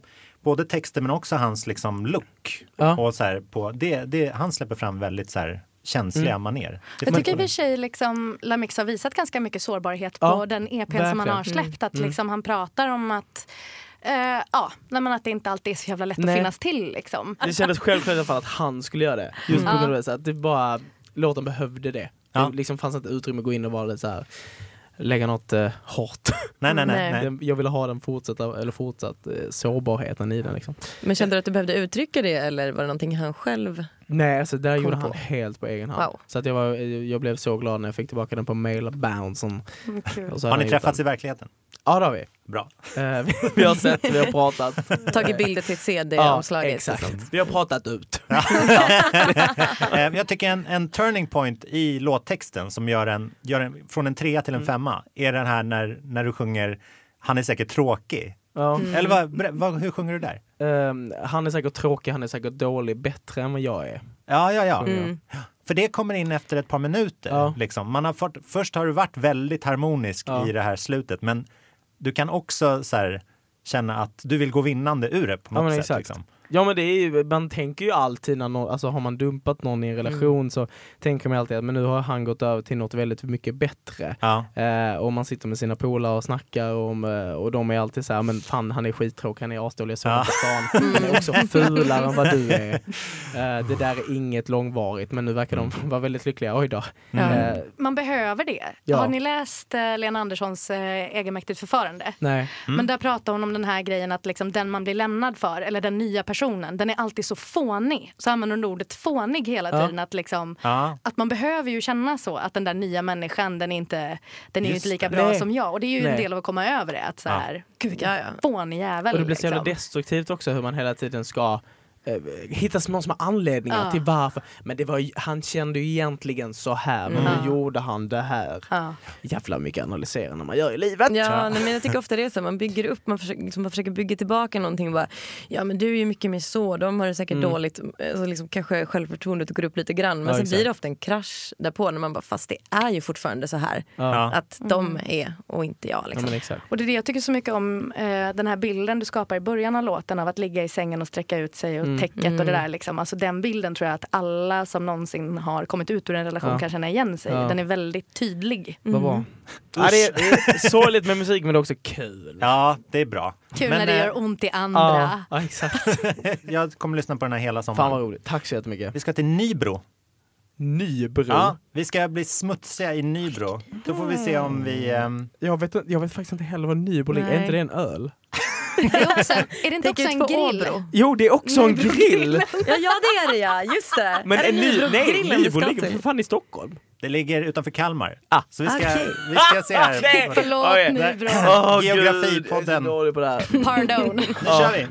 Speaker 1: både texter men också hans liksom look.
Speaker 3: Ja.
Speaker 1: Och så här på, det, det, han släpper fram väldigt så här känsliga maner. Det
Speaker 2: Jag
Speaker 1: får
Speaker 2: tycker i och
Speaker 1: man-
Speaker 2: för sig liksom Lamix har visat ganska mycket sårbarhet på
Speaker 3: Ja,
Speaker 2: den EP som han
Speaker 3: verkligen. Mm,
Speaker 2: har släppt. Att liksom han pratar om att, eh, ja, nej, men att det inte alltid är så jävla lätt
Speaker 3: Nej.
Speaker 2: att finnas till. Liksom.
Speaker 3: Det kändes självklart i alla fall att han skulle göra det. Just på
Speaker 4: Mm.
Speaker 3: grund av det, så att det bara, låten behövde det.
Speaker 1: Ja.
Speaker 3: Det liksom fanns inte utrymme att gå in och vara lite så här, lägga något eh, hårt.
Speaker 1: Nej, nej, nej. [LAUGHS] nej.
Speaker 3: Den- Jag ville ha den fortsatta, eller fortsatt eh, sårbarheten i den liksom.
Speaker 4: Men kände du att du behövde uttrycka det eller var det någonting han själv...
Speaker 3: Nej, alltså där gjorde han
Speaker 4: på.
Speaker 3: helt på egen hand.
Speaker 4: Wow.
Speaker 3: Så att jag, var, eh, jag blev så glad när jag fick tillbaka den på mail och bouncen.
Speaker 4: Mm.
Speaker 3: Och så
Speaker 1: Har ni
Speaker 3: hade han gjort
Speaker 1: träffats i
Speaker 3: den.
Speaker 1: verkligen?
Speaker 3: Ja, det har vi.
Speaker 1: Bra.
Speaker 3: Eh, vi- vi har sett, vi har
Speaker 4: [LAUGHS]
Speaker 3: pratat.
Speaker 4: Tagit bilder
Speaker 1: [LAUGHS]
Speaker 4: till CD-omslaget?
Speaker 1: Liksom.
Speaker 3: exakt. Vi har pratat ut.
Speaker 1: [LAUGHS] Eh, Jag tycker en, en turning point i låttexten som gör en, gör en från en trea till en femma är den här när, när du sjunger Han är säkert tråkig.
Speaker 3: Ja.
Speaker 1: Eller vad, ber- vad, hur sjunger du där?
Speaker 3: Ehm, han är säkert tråkig, han är säkert dålig, bättre än vad jag är.
Speaker 1: Ja, ja, ja.
Speaker 3: Mm.
Speaker 1: För det kommer in efter ett par minuter.
Speaker 3: Ja.
Speaker 1: Liksom. Man har fått, först har du varit väldigt harmonisk
Speaker 3: Ja.
Speaker 1: i det här slutet, men du kan också så här, känna att du vill gå vinnande ur det på
Speaker 3: Ja
Speaker 1: något
Speaker 3: men
Speaker 1: sätt.
Speaker 3: exakt.
Speaker 1: Liksom.
Speaker 3: Ja men det är ju, man tänker ju alltid när någon, alltså har man dumpat någon i en relation så tänker man alltid att men nu har han gått över till något väldigt mycket bättre.
Speaker 1: Ja.
Speaker 3: Eh, och man sitter med sina polare och snackar om, eh, och de är alltid så här, men fan han är skittråkig, han är asdålig, jag såg honom på stan. Han är också fulare än vad du är. Eh, det där är inget långvarigt men nu verkar de vara väldigt lyckliga, oj då. Eh,
Speaker 2: Man behöver det.
Speaker 3: Ja.
Speaker 2: Har ni läst eh, Lena Anderssons eh, Egenmäktigt förfarande?
Speaker 3: nej.
Speaker 2: Men där pratar hon om den här grejen att liksom den man blir lämnad för, eller den nya personen, den är alltid så fånig. Så använder hon ordet fånig hela
Speaker 3: Ja.
Speaker 2: tiden. Att, liksom,
Speaker 1: Ja.
Speaker 2: att man behöver ju känna så, att den där nya människan, den är, inte, den är ju
Speaker 1: Just
Speaker 2: inte lika
Speaker 3: det.
Speaker 2: bra
Speaker 3: Nej.
Speaker 2: som jag. Och det är ju en
Speaker 3: Nej. Mm.
Speaker 2: del av att komma över det. Att så
Speaker 1: Ja.
Speaker 2: här, gud vilken
Speaker 4: Ja, ja.
Speaker 2: fånig jävel.
Speaker 3: Och det blir så jävla
Speaker 2: liksom.
Speaker 3: destruktivt också hur man hela tiden ska eh, hitta små, små anledningar
Speaker 2: Ja.
Speaker 3: till varför. Men det var ju, han kände ju egentligen så här, men nu gjorde han det här.
Speaker 2: Ja.
Speaker 3: Jävla mycket analyserande man gör i livet.
Speaker 4: Ja, nej, men jag tycker ofta det är så. Man bygger upp, man försöker, liksom, man försöker bygga tillbaka någonting. Och bara, ja men du är ju mycket mer så, de har det säkert dåligt. Så liksom, kanske självförtroendet går upp lite grann. Men
Speaker 3: Mm. Ja,
Speaker 4: sen
Speaker 3: exakt.
Speaker 4: blir det ofta en krasch därpå när man bara, fast det är ju fortfarande så här.
Speaker 1: Ja.
Speaker 4: Att de är och inte jag.
Speaker 3: Ja,
Speaker 4: Liksom.
Speaker 3: men exakt.
Speaker 2: Och det är det jag tycker så mycket om, eh, den här bilden du skapar i början av låten av att ligga i sängen och sträcka ut sig och
Speaker 3: Mm.
Speaker 2: täcket och det där. Liksom. Alltså, den bilden tror jag att alla som någonsin har kommit ut ur en relation
Speaker 3: Ja.
Speaker 2: kan känna igen sig i.
Speaker 3: Ja. Mm.
Speaker 2: Den är väldigt tydlig.
Speaker 3: Vad bra. Ja, det är, det är sorgligt med musik men det är också kul.
Speaker 1: [LAUGHS] Ja, det är bra.
Speaker 2: Kul
Speaker 1: Men,
Speaker 2: när det
Speaker 1: eh,
Speaker 2: gör ont i [LAUGHS]
Speaker 3: Ja,
Speaker 2: andra.
Speaker 3: ja, exakt.
Speaker 1: [LAUGHS] Jag kommer lyssna på den här hela sommaren.
Speaker 3: Fan vad roligt. Tack så jättemycket.
Speaker 1: Vi ska till Nybro.
Speaker 3: Nybro.
Speaker 1: Ja, vi ska bli smutsiga i Nybro. Då får vi se om vi... ehm,
Speaker 3: Jag, vet, jag vet faktiskt inte heller vad Nybro ligger. Är
Speaker 4: Nej.
Speaker 3: inte det en öl?
Speaker 2: Det Alltså, är, också, är det inte
Speaker 4: Tänk
Speaker 2: också en
Speaker 4: ut på
Speaker 2: grill?
Speaker 4: Åbro.
Speaker 3: Jo, det är också en grill!
Speaker 4: Ja, ja det är det ja, just det.
Speaker 3: [LAUGHS] Men
Speaker 4: är det
Speaker 3: en ny, nej,
Speaker 4: Nybro-grillen vi
Speaker 3: Nybro
Speaker 4: ska
Speaker 3: ligger för
Speaker 4: till?
Speaker 3: fan i Stockholm.
Speaker 1: Det ligger utanför Kalmar.
Speaker 3: Ah.
Speaker 1: Så vi ska,
Speaker 4: Okej.
Speaker 1: vi ska se
Speaker 3: [LAUGHS]
Speaker 1: här.
Speaker 2: Förlåt
Speaker 3: Oj.
Speaker 2: Nybro.
Speaker 3: Åh, gud, Jag är
Speaker 1: Geografipodden.
Speaker 3: så dålig på det [LAUGHS] här.
Speaker 2: Pardon.
Speaker 1: Nu kör vi!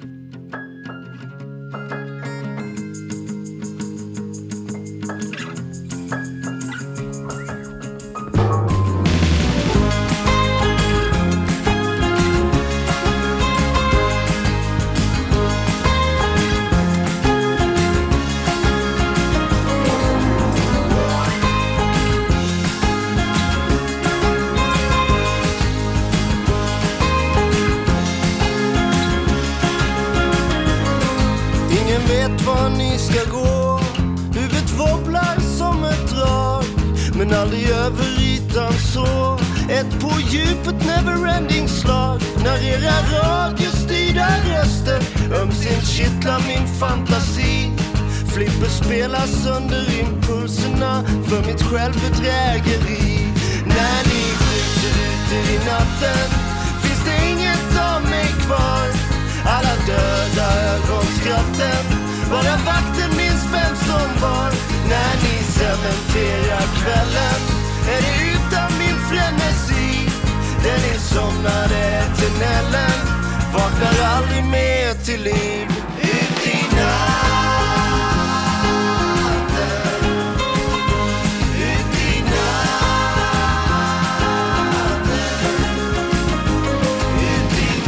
Speaker 10: Ingen vet var ni ska gå Huvudet wobblar som ett drag Men aldrig över ytan så Ett på djupet neverending slag När era radiostyrda röster Ömsint kittlar min fantasi Flipper spelar sönder impulserna För mitt självbedrägeri När ni skjuter ut er i natten Finns det inget av mig kvar Alla döda ögonskratten Bara vakten minns vem som var När ni cementerar kvällen Är det utan min frenesi Den insomnade eternellen Vaknar aldrig mer till liv Ut i natten Ut i natten Ut i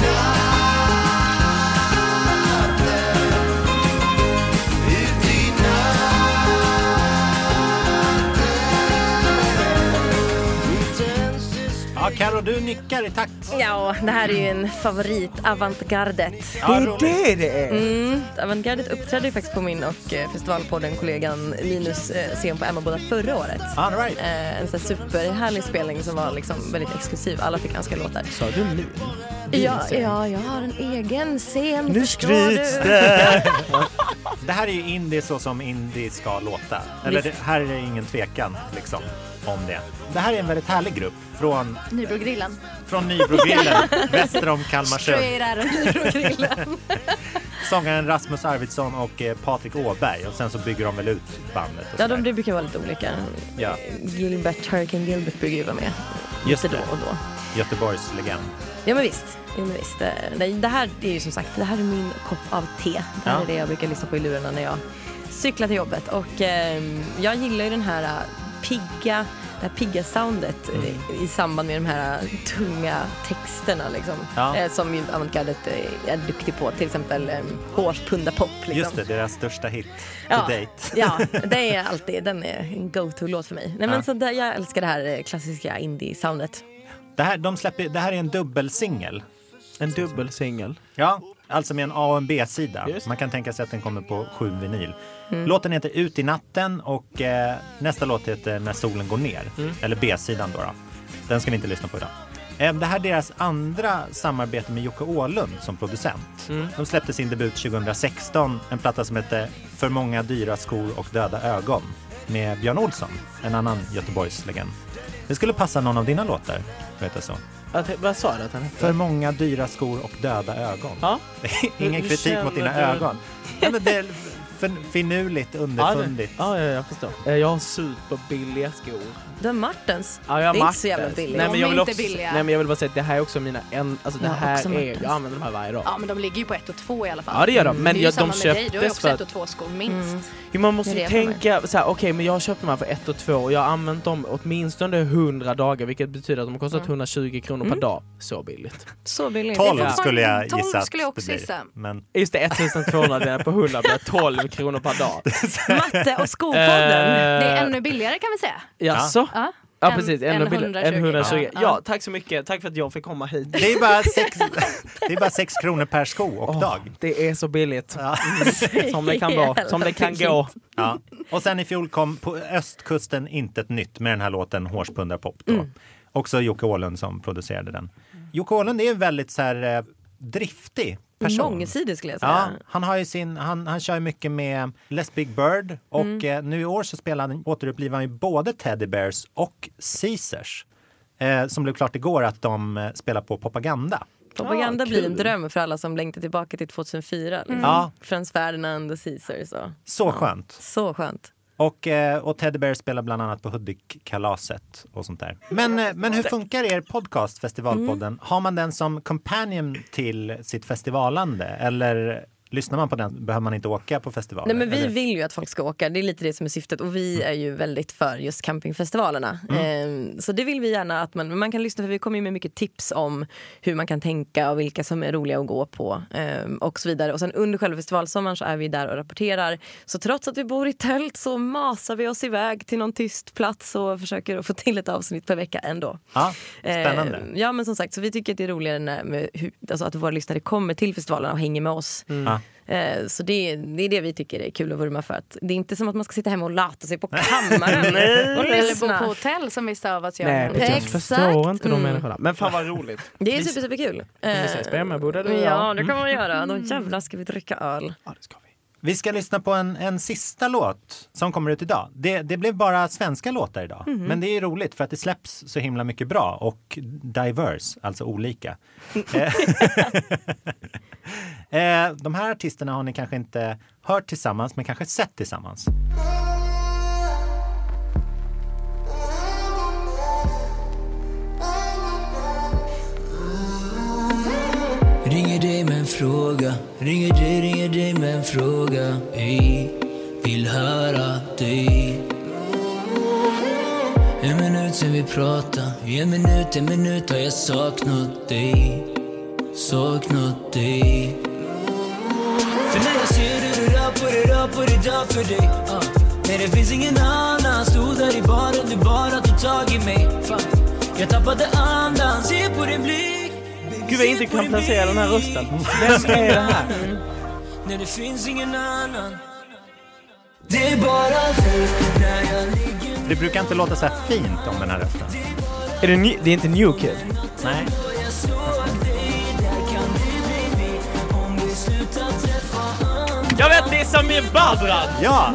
Speaker 10: natten Ut i natten Inte ens det
Speaker 1: Ja, Karo, du nickar i takt.
Speaker 4: Ja, det här är ju en favorit, avantgardet.
Speaker 1: Ja, roligt.
Speaker 3: Det är det!
Speaker 4: Mm, avantgardet uppträdde ju faktiskt på min och eh, festivalpodden-kollegan Linus eh, scen på Emmaboda förra året.
Speaker 1: All right.
Speaker 4: Eh, en sån här superhärlig spelning som var liksom väldigt exklusiv. Alla fick önska låtar.
Speaker 3: Sa du min?
Speaker 4: Ja, ja, jag har en egen scen.
Speaker 3: Nu
Speaker 4: förstår
Speaker 3: skryts
Speaker 4: du?
Speaker 3: det!
Speaker 1: [LAUGHS] Det här är ju indie så som indie ska låta. Eller det, här är det ingen tvekan liksom, om det. Det här är en väldigt härlig grupp från,
Speaker 2: Nybrogrillen.
Speaker 1: från Nybrogrillen väster om Kalmarsund.
Speaker 2: Straight out of Nybrogrillen.
Speaker 1: Sångaren Rasmus Arvidsson och eh, Patrik Åberg och sen så bygger de väl ut bandet. Och
Speaker 4: Ja,
Speaker 1: sådär.
Speaker 4: de det brukar vara lite olika.
Speaker 1: ja,
Speaker 4: Gilbert, Hurricane Gilbert brukar ju vara med
Speaker 1: Just
Speaker 4: lite då
Speaker 1: det.
Speaker 4: och då.
Speaker 1: Göteborgs legend.
Speaker 4: Ja, men visst. Ja, men visst. Eh, nej, Det här är ju som sagt, det här är min kopp av te. Det här
Speaker 1: Ja.
Speaker 4: är det jag brukar lyssna på i lurarna när jag cyklar till jobbet. Och eh, jag gillar ju den här eh, pigga, det här pigga soundet eh,
Speaker 1: Mm.
Speaker 4: i samband med de här eh, tunga texterna liksom.
Speaker 1: Ja.
Speaker 4: Eh, som ju avantgardet eh, är duktig på. Till exempel eh, Hårspunda pop. Liksom.
Speaker 1: Just det, deras största hit. To date. [LAUGHS]
Speaker 4: ja, det är alltid, den är en go-to-låt för mig. Nej, men så där, jag älskar det här eh, klassiska indie-soundet.
Speaker 1: Det här, de släpper, det här är en dubbelsingel.
Speaker 3: En dubbel singel.
Speaker 1: Ja, alltså med en A och en B-sida.
Speaker 3: Just.
Speaker 1: Man kan tänka sig att den kommer på sju vinyl. Låten heter Ut i natten och eh, nästa låt heter När solen går ner. Eller B-sidan då, då. Den ska vi inte lyssna på idag. Eh, Det här är deras andra samarbete med Jocke Åhlund som producent. De släppte sin debut 2016, en platta som hette För många dyra skor och döda ögon med Björn Olsson, en annan Göteborgslegend. Det skulle passa någon av dina låtar, vet jag så.
Speaker 3: Att, vad sa du att han hette?
Speaker 1: För många dyra skor och döda ögon.
Speaker 3: Ja.
Speaker 1: [LAUGHS] Ingen
Speaker 3: Hur
Speaker 1: kritik mot dina
Speaker 3: känner du?
Speaker 1: ögon. Ja, men det är fin- finurligt,
Speaker 3: Ja,
Speaker 1: underfundigt.
Speaker 3: det- ja, ja, jag förstår. Eh, Jag har superbilliga skor.
Speaker 4: Du har Martens.
Speaker 3: Ja, jag har
Speaker 4: det är inte så jävla
Speaker 3: Martens.
Speaker 4: billigt.
Speaker 3: Nej,
Speaker 2: De
Speaker 3: men
Speaker 2: är
Speaker 3: jag vill
Speaker 2: inte
Speaker 3: också,
Speaker 2: billiga.
Speaker 3: Nej, men jag vill bara säga att det här är också mina en... Alltså det
Speaker 4: Jag har också
Speaker 3: här är...
Speaker 4: Martens.
Speaker 3: Jag använder de här varje dag.
Speaker 2: Ja, men de ligger ju på ett och två i alla fall.
Speaker 3: Ja, det gör de. Men
Speaker 2: det är ju
Speaker 3: jag,
Speaker 2: samma
Speaker 3: de
Speaker 2: med dig. Du har ju
Speaker 3: köptes
Speaker 2: också
Speaker 3: för
Speaker 2: ett och
Speaker 3: att...
Speaker 2: två
Speaker 3: Mm.
Speaker 2: skor minst.
Speaker 3: Jo, man måste
Speaker 4: Det är
Speaker 3: ju
Speaker 4: det jag får
Speaker 3: tänka så här, okej men jag har köpt de här för ett och två och jag har använt dem åtminstone 100 dagar vilket betyder att de har kostat
Speaker 4: Mm.
Speaker 3: 120 kronor per dag. Så billigt.
Speaker 4: Så billigt.
Speaker 2: Det är
Speaker 1: 12
Speaker 2: fortfarande-
Speaker 1: skulle jag gissa
Speaker 2: 12
Speaker 1: att
Speaker 2: skulle jag också
Speaker 1: det blir.
Speaker 2: gissa.
Speaker 1: Men
Speaker 3: Just det, 1200 delat på 100 blir
Speaker 4: [LAUGHS]
Speaker 3: 12 kronor per dag. Eh,
Speaker 4: Matte och skolpodden.
Speaker 1: Eh,
Speaker 2: Det är ännu billigare kan vi säga.
Speaker 3: Jaså?
Speaker 2: Ja.
Speaker 3: Ja
Speaker 2: En-
Speaker 3: precis,
Speaker 2: en
Speaker 3: en, bild,
Speaker 2: 120.
Speaker 3: en 120.
Speaker 2: Ja.
Speaker 3: Ja. tack så mycket, tack för att jag fick komma hit.
Speaker 1: Det är
Speaker 2: [LAUGHS]
Speaker 1: bara sex, det är bara sex kronor per sko och dag.
Speaker 3: Det är så billigt.
Speaker 1: Ja.
Speaker 3: [LAUGHS] Som det kan [LAUGHS] vara, som det kan gå.
Speaker 1: Ja. Och sen i fjol kom på östkusten inte ett nytt med den här låten Hårspundarpop. Då.
Speaker 2: Mm.
Speaker 1: Också Jocke Åhlund som producerade den. Jocke Åhlund är en väldigt så här, eh, driftig person.
Speaker 4: Mångsidig skulle jag
Speaker 1: Ja,
Speaker 4: säga.
Speaker 1: han, har ju sin, han, han kör ju mycket med Les Big Bird och
Speaker 4: Mm.
Speaker 1: eh, nu i år så spelar han, återupplivar han ju både Teddy Bears och Caesars. Eh, som blev klart igår att de eh, spelar på Propaganda.
Speaker 4: Propaganda
Speaker 3: Ah,
Speaker 4: blir en
Speaker 3: kul.
Speaker 4: dröm för alla som längtar tillbaka till 2004. Liksom.
Speaker 1: Mm. Ja.
Speaker 4: Franz Ferdinand och Caesar. Så,
Speaker 1: Så skönt!
Speaker 4: så skönt.
Speaker 1: Och, eh, och Teddy Bear spelar bland annat på Hudikkalaset och sånt där. Men, eh, men hur funkar er podcast, Festivalpodden?
Speaker 4: Mm.
Speaker 1: Har man den som companion till sitt festivalande? Eller lyssnar man på den behöver man inte åka på festivaler?
Speaker 4: Nej, men vi
Speaker 1: Eller- Mm.
Speaker 4: vill ju att folk ska åka, det är lite det som är syftet. Och vi är ju väldigt för just campingfestivalerna. Ehm, så det vill vi gärna att man, men man kan lyssna, för vi kommer ju med mycket tips om hur man kan tänka och vilka som är roliga att gå på ehm, och så vidare. Och sen under själva festivalsommaren så är vi där och rapporterar. Så trots att vi bor i tält så masar vi oss iväg till någon tyst plats och försöker att få till ett avsnitt per vecka ändå.
Speaker 1: Ja, spännande.
Speaker 4: Ehm, ja men som sagt, så vi tycker att det är roligare när, med, hur, alltså att våra lyssnare kommer till festivalerna och hänger med oss.
Speaker 1: Ja.
Speaker 4: Eh, Så det, det är det vi tycker är kul att vurma för. Att det är inte som att man ska sitta hemma och lata sig på kammaren och
Speaker 2: Eller bo
Speaker 4: lyssna.
Speaker 2: på hotell som vissa av oss gör.
Speaker 3: Nej
Speaker 2: Mm.
Speaker 3: precis, jag
Speaker 4: Exakt.
Speaker 3: förstår inte de människorna. Men fan vad roligt.
Speaker 4: Det är super, superkul. Eh,
Speaker 3: Vi ses på Emmaboda du och
Speaker 4: Ja,
Speaker 3: jag.
Speaker 4: det kommer man göra. Då jävlar ska vi dricka öl.
Speaker 3: Ja, det ska vi.
Speaker 1: Vi ska lyssna på en, en sista låt som kommer ut idag. Det, det blev bara svenska låtar idag. Men det är ju roligt för att det släpps så himla mycket bra och diverse, alltså olika. Eh, eh, De här artisterna har ni kanske inte hört tillsammans men kanske sett tillsammans.
Speaker 6: Ringer dig med en fråga, ringer dig, ringer dig med en fråga. Vi vill höra dig. En minut sen vi pratade, i en minut, en minut har jag saknat dig. Saknat dig. För när jag ser hur du rör på dig, rör på dig, dör för dig. ah. Nej, det finns ingen annan. Stod där i baren, du bara tog tag i mig. Fan. Jag tappade andan, se på din blick.
Speaker 3: Gud vad jag inte
Speaker 6: Se på
Speaker 3: kan
Speaker 6: din
Speaker 3: placera den här
Speaker 6: blick.
Speaker 3: rösten. Vem är det här?
Speaker 6: När det finns ingen annan. Det är bara du när jag ligger
Speaker 1: Det brukar inte låta så här fint om den här rösten.
Speaker 3: Är det, ny, det är inte New Kid?
Speaker 1: Nej.
Speaker 6: och jag såg dig. Där kan vi bli vi om vi slutar träffa andra.
Speaker 3: Jag vet, det är Samir Badran!
Speaker 1: Ja!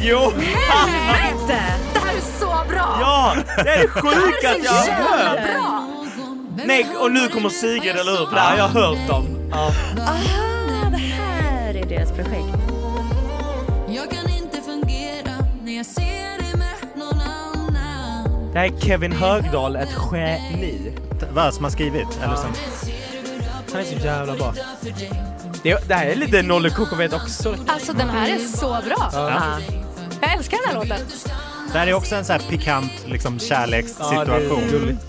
Speaker 3: Jo!
Speaker 2: Helvete! Det här är så bra!
Speaker 3: Ja! Det är sjukt att jag
Speaker 2: Så
Speaker 3: har hört!
Speaker 2: jävla bra!
Speaker 3: Nej, och nu kommer Sigrid, eller hur? För det här har jag hört dem. Ja.
Speaker 4: Ah, det här är deras projekt.
Speaker 7: Jag kan inte fungera när jag ser dig med någon annan.
Speaker 3: Det här är Kevin Högdahl, ett geni.
Speaker 1: Vad som har skrivit? Eller som,
Speaker 3: Han är så jävla bra. Det, det här är lite Nolle Koko vet också.
Speaker 2: Alltså den här är så bra! Jag älskar den här låten.
Speaker 1: det här är också en så här pikant liksom,
Speaker 3: Ja, det är
Speaker 1: kärlekssituation.
Speaker 3: gulligt.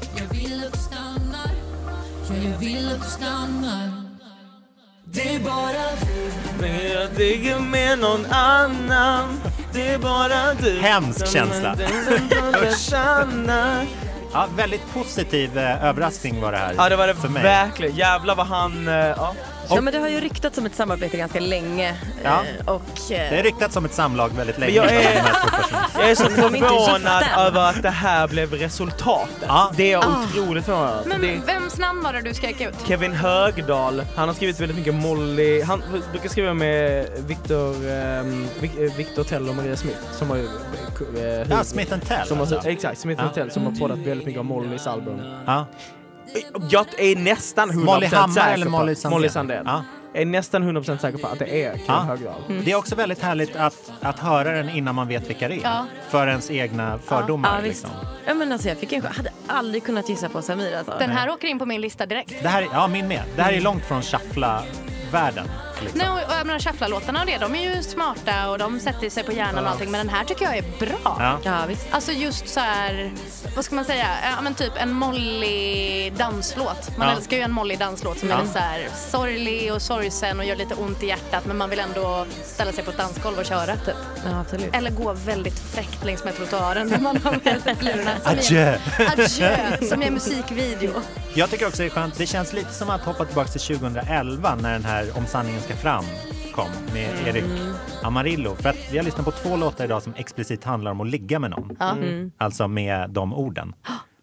Speaker 6: Det är bara du.
Speaker 3: Men jag ligger med någon annan. Det är bara du.
Speaker 1: Hemsk känsla. [LAUGHS]
Speaker 3: känsla.
Speaker 1: Ja, väldigt positiv eh, överraskning var det här.
Speaker 3: Ja det var det
Speaker 1: för mig.
Speaker 3: verkligen. Jävlar vad han... eh, Ja.
Speaker 4: Ja, men det har ju ryktats om ett samarbete ganska länge.
Speaker 1: Ja.
Speaker 4: Eh, Och, eh,
Speaker 1: Det är ryktats som ett samlag väldigt länge.
Speaker 3: jag är-
Speaker 1: bland de här två personerna. [LAUGHS]
Speaker 3: Jag är så
Speaker 4: Kom inte i
Speaker 3: förvånad
Speaker 4: käften.
Speaker 3: över att det här blev resultatet.
Speaker 1: Ja.
Speaker 3: Det är jag otroligt förvånad över. För
Speaker 2: Men
Speaker 3: det är
Speaker 2: vems namn var det du skrek ut?
Speaker 3: Kevin Högdahl, han har skrivit väldigt mycket Molly, han brukar skriva med Victor, ehm, Vic- eh, Victor Tell och Maria Smith som har ju... eh,
Speaker 1: Ja,
Speaker 3: huvud-
Speaker 1: Smith Tell.
Speaker 3: som
Speaker 1: alltså.
Speaker 3: har, exakt, Smith
Speaker 1: Ja.
Speaker 3: Tell som har poddat väldigt mycket av Mollys album.
Speaker 1: ja.
Speaker 3: Jag är nästan 100%
Speaker 1: Molly Hammar
Speaker 3: säker
Speaker 1: eller
Speaker 3: på-
Speaker 1: Molly Sandén?
Speaker 3: Molly Sandén.
Speaker 1: Ja.
Speaker 3: Jag är nästan 100% säker på att det är Kevin
Speaker 1: Ja.
Speaker 3: Högdahl.
Speaker 2: Mm.
Speaker 1: Det är också väldigt härligt att, att höra den innan man vet vilka det är.
Speaker 2: Ja.
Speaker 1: För ens egna fördomar.
Speaker 4: ja, visst.
Speaker 1: liksom.
Speaker 4: Ja, men alltså, jag fick en, hade aldrig kunnat gissa på Samir. Alltså.
Speaker 2: Den här åker in på min lista direkt.
Speaker 1: det här, är- ja, min med. Det här är långt från shuffla-världen. Liksom.
Speaker 2: Nej, och, och jag menar shuffla-låtarna och det, de är ju smarta och de sätter sig på hjärnan och allting. Men den här tycker jag är bra.
Speaker 1: Ja.
Speaker 4: Ja, visst.
Speaker 2: Alltså just så här, vad ska man säga, ja, men typ en mollig danslåt. Man
Speaker 1: Ja.
Speaker 2: älskar ju en mollig danslåt som
Speaker 1: Ja.
Speaker 2: är lite så här sorglig och sorgsen och gör lite ont i hjärtat men man vill ändå ställa sig på ett dansgolv och köra typ.
Speaker 4: Ja, absolut.
Speaker 2: Eller gå väldigt fräckt längs med trottoaren när man har med lurarna. Som i-
Speaker 1: Adjö.
Speaker 2: Adjö, som är en musikvideo.
Speaker 1: Jag tycker också det är skönt, det känns lite som att hoppa tillbaka till 2011 när den här Om sanningen ska fram kom med Erik Amarillo. För att vi har lyssnat på två låtar idag som explicit handlar om att ligga med någon. Alltså med de orden.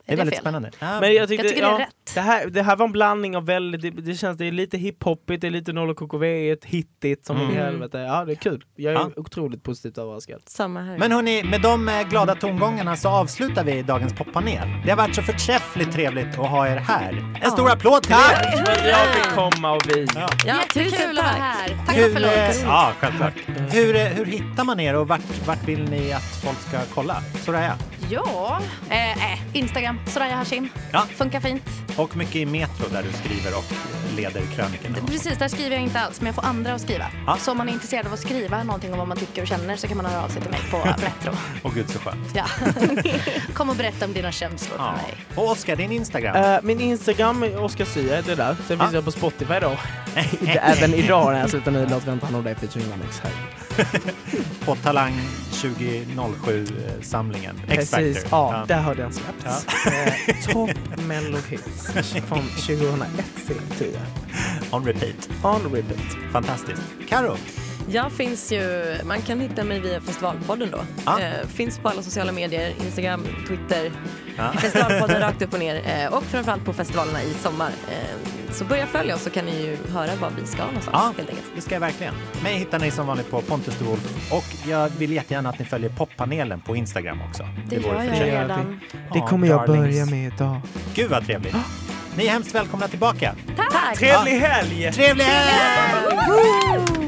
Speaker 1: Det är
Speaker 2: det
Speaker 1: väldigt
Speaker 2: fel?
Speaker 1: spännande. Ja.
Speaker 3: Men jag, tyckte,
Speaker 2: Jag tycker det är rätt.
Speaker 3: Det här, det här var en blandning av väldigt, det, det känns det är lite hiphopigt, det är lite noll och KKV, hittigt som i helvete. Ja det är kul. Jag är
Speaker 1: Mm. Ja.
Speaker 3: otroligt positivt överraskad.
Speaker 4: Samma här.
Speaker 1: Men hörni, med de eh, glada tongångarna så avslutar vi dagens poppanel. Det har varit så förträffligt trevligt att ha er här. En stor applåd till er!
Speaker 3: Men jag fick komma och vi.
Speaker 4: ja,
Speaker 2: Jättekul att vara här. Tack och
Speaker 1: Hur, eh,
Speaker 2: förlåt.
Speaker 1: ja, självklart. Hur, eh, hur hittar man er och vart, vart vill ni att folk ska kolla? Soraya?
Speaker 2: Ja, eh, eh, Instagram, Soraya Hashim.
Speaker 1: Ja.
Speaker 2: Funkar fint.
Speaker 1: Och mycket i Metro där du skriver och leder krönikorna.
Speaker 2: Precis, där skriver jag inte alls, men jag får andra att skriva.
Speaker 1: Ja.
Speaker 2: Så om man är intresserad av att skriva någonting om vad man tycker och känner så kan man höra av sig till
Speaker 1: [LAUGHS]
Speaker 2: mig på Metro.
Speaker 1: Och gud så skönt.
Speaker 2: Ja. [LAUGHS] Kom och berätta om dina känslor för
Speaker 1: Ja.
Speaker 2: mig.
Speaker 1: Och Oskar, din Instagram?
Speaker 3: Eh, min Instagram är Oskar Zia, heter det där. Sen finns jag på Spotify [LAUGHS] då. Även idag när jag slutar nu, låt vänta han och dig featuring Lamex här.
Speaker 1: På Talang 2007-samlingen.
Speaker 3: Precis, ja, där har den släppts. Eh, Top Mello Hits från 2001 till 10.
Speaker 1: On repeat.
Speaker 3: On repeat.
Speaker 1: Fantastiskt. Karo,
Speaker 4: Jag finns ju, man kan hitta mig via Festivalpodden då.
Speaker 1: Ja.
Speaker 4: Eh, finns på alla sociala medier, Instagram, Twitter. [LAUGHS]
Speaker 1: Ja.
Speaker 4: Festivalpodden rakt upp och ner. Eh, och framförallt på festivalerna i sommar. Eh, så börja följa oss så kan ni ju höra vad vi ska någonstans
Speaker 1: Ja.
Speaker 4: helt enkelt.
Speaker 1: det ska jag verkligen. Mig hittar ni som vanligt på Pontus de Wolf och jag vill jättegärna att ni följer poppanelen på Instagram också.
Speaker 2: Det
Speaker 1: vore
Speaker 2: gör
Speaker 1: för
Speaker 2: jag
Speaker 1: sig.
Speaker 3: gör
Speaker 2: redan.
Speaker 3: Det
Speaker 1: Ja,
Speaker 3: kommer jag
Speaker 1: darlings.
Speaker 3: börja med idag.
Speaker 1: Gud vad trevligt. Ni är hemskt välkomna tillbaka.
Speaker 3: Trevlig helg!
Speaker 1: Trevlig helg!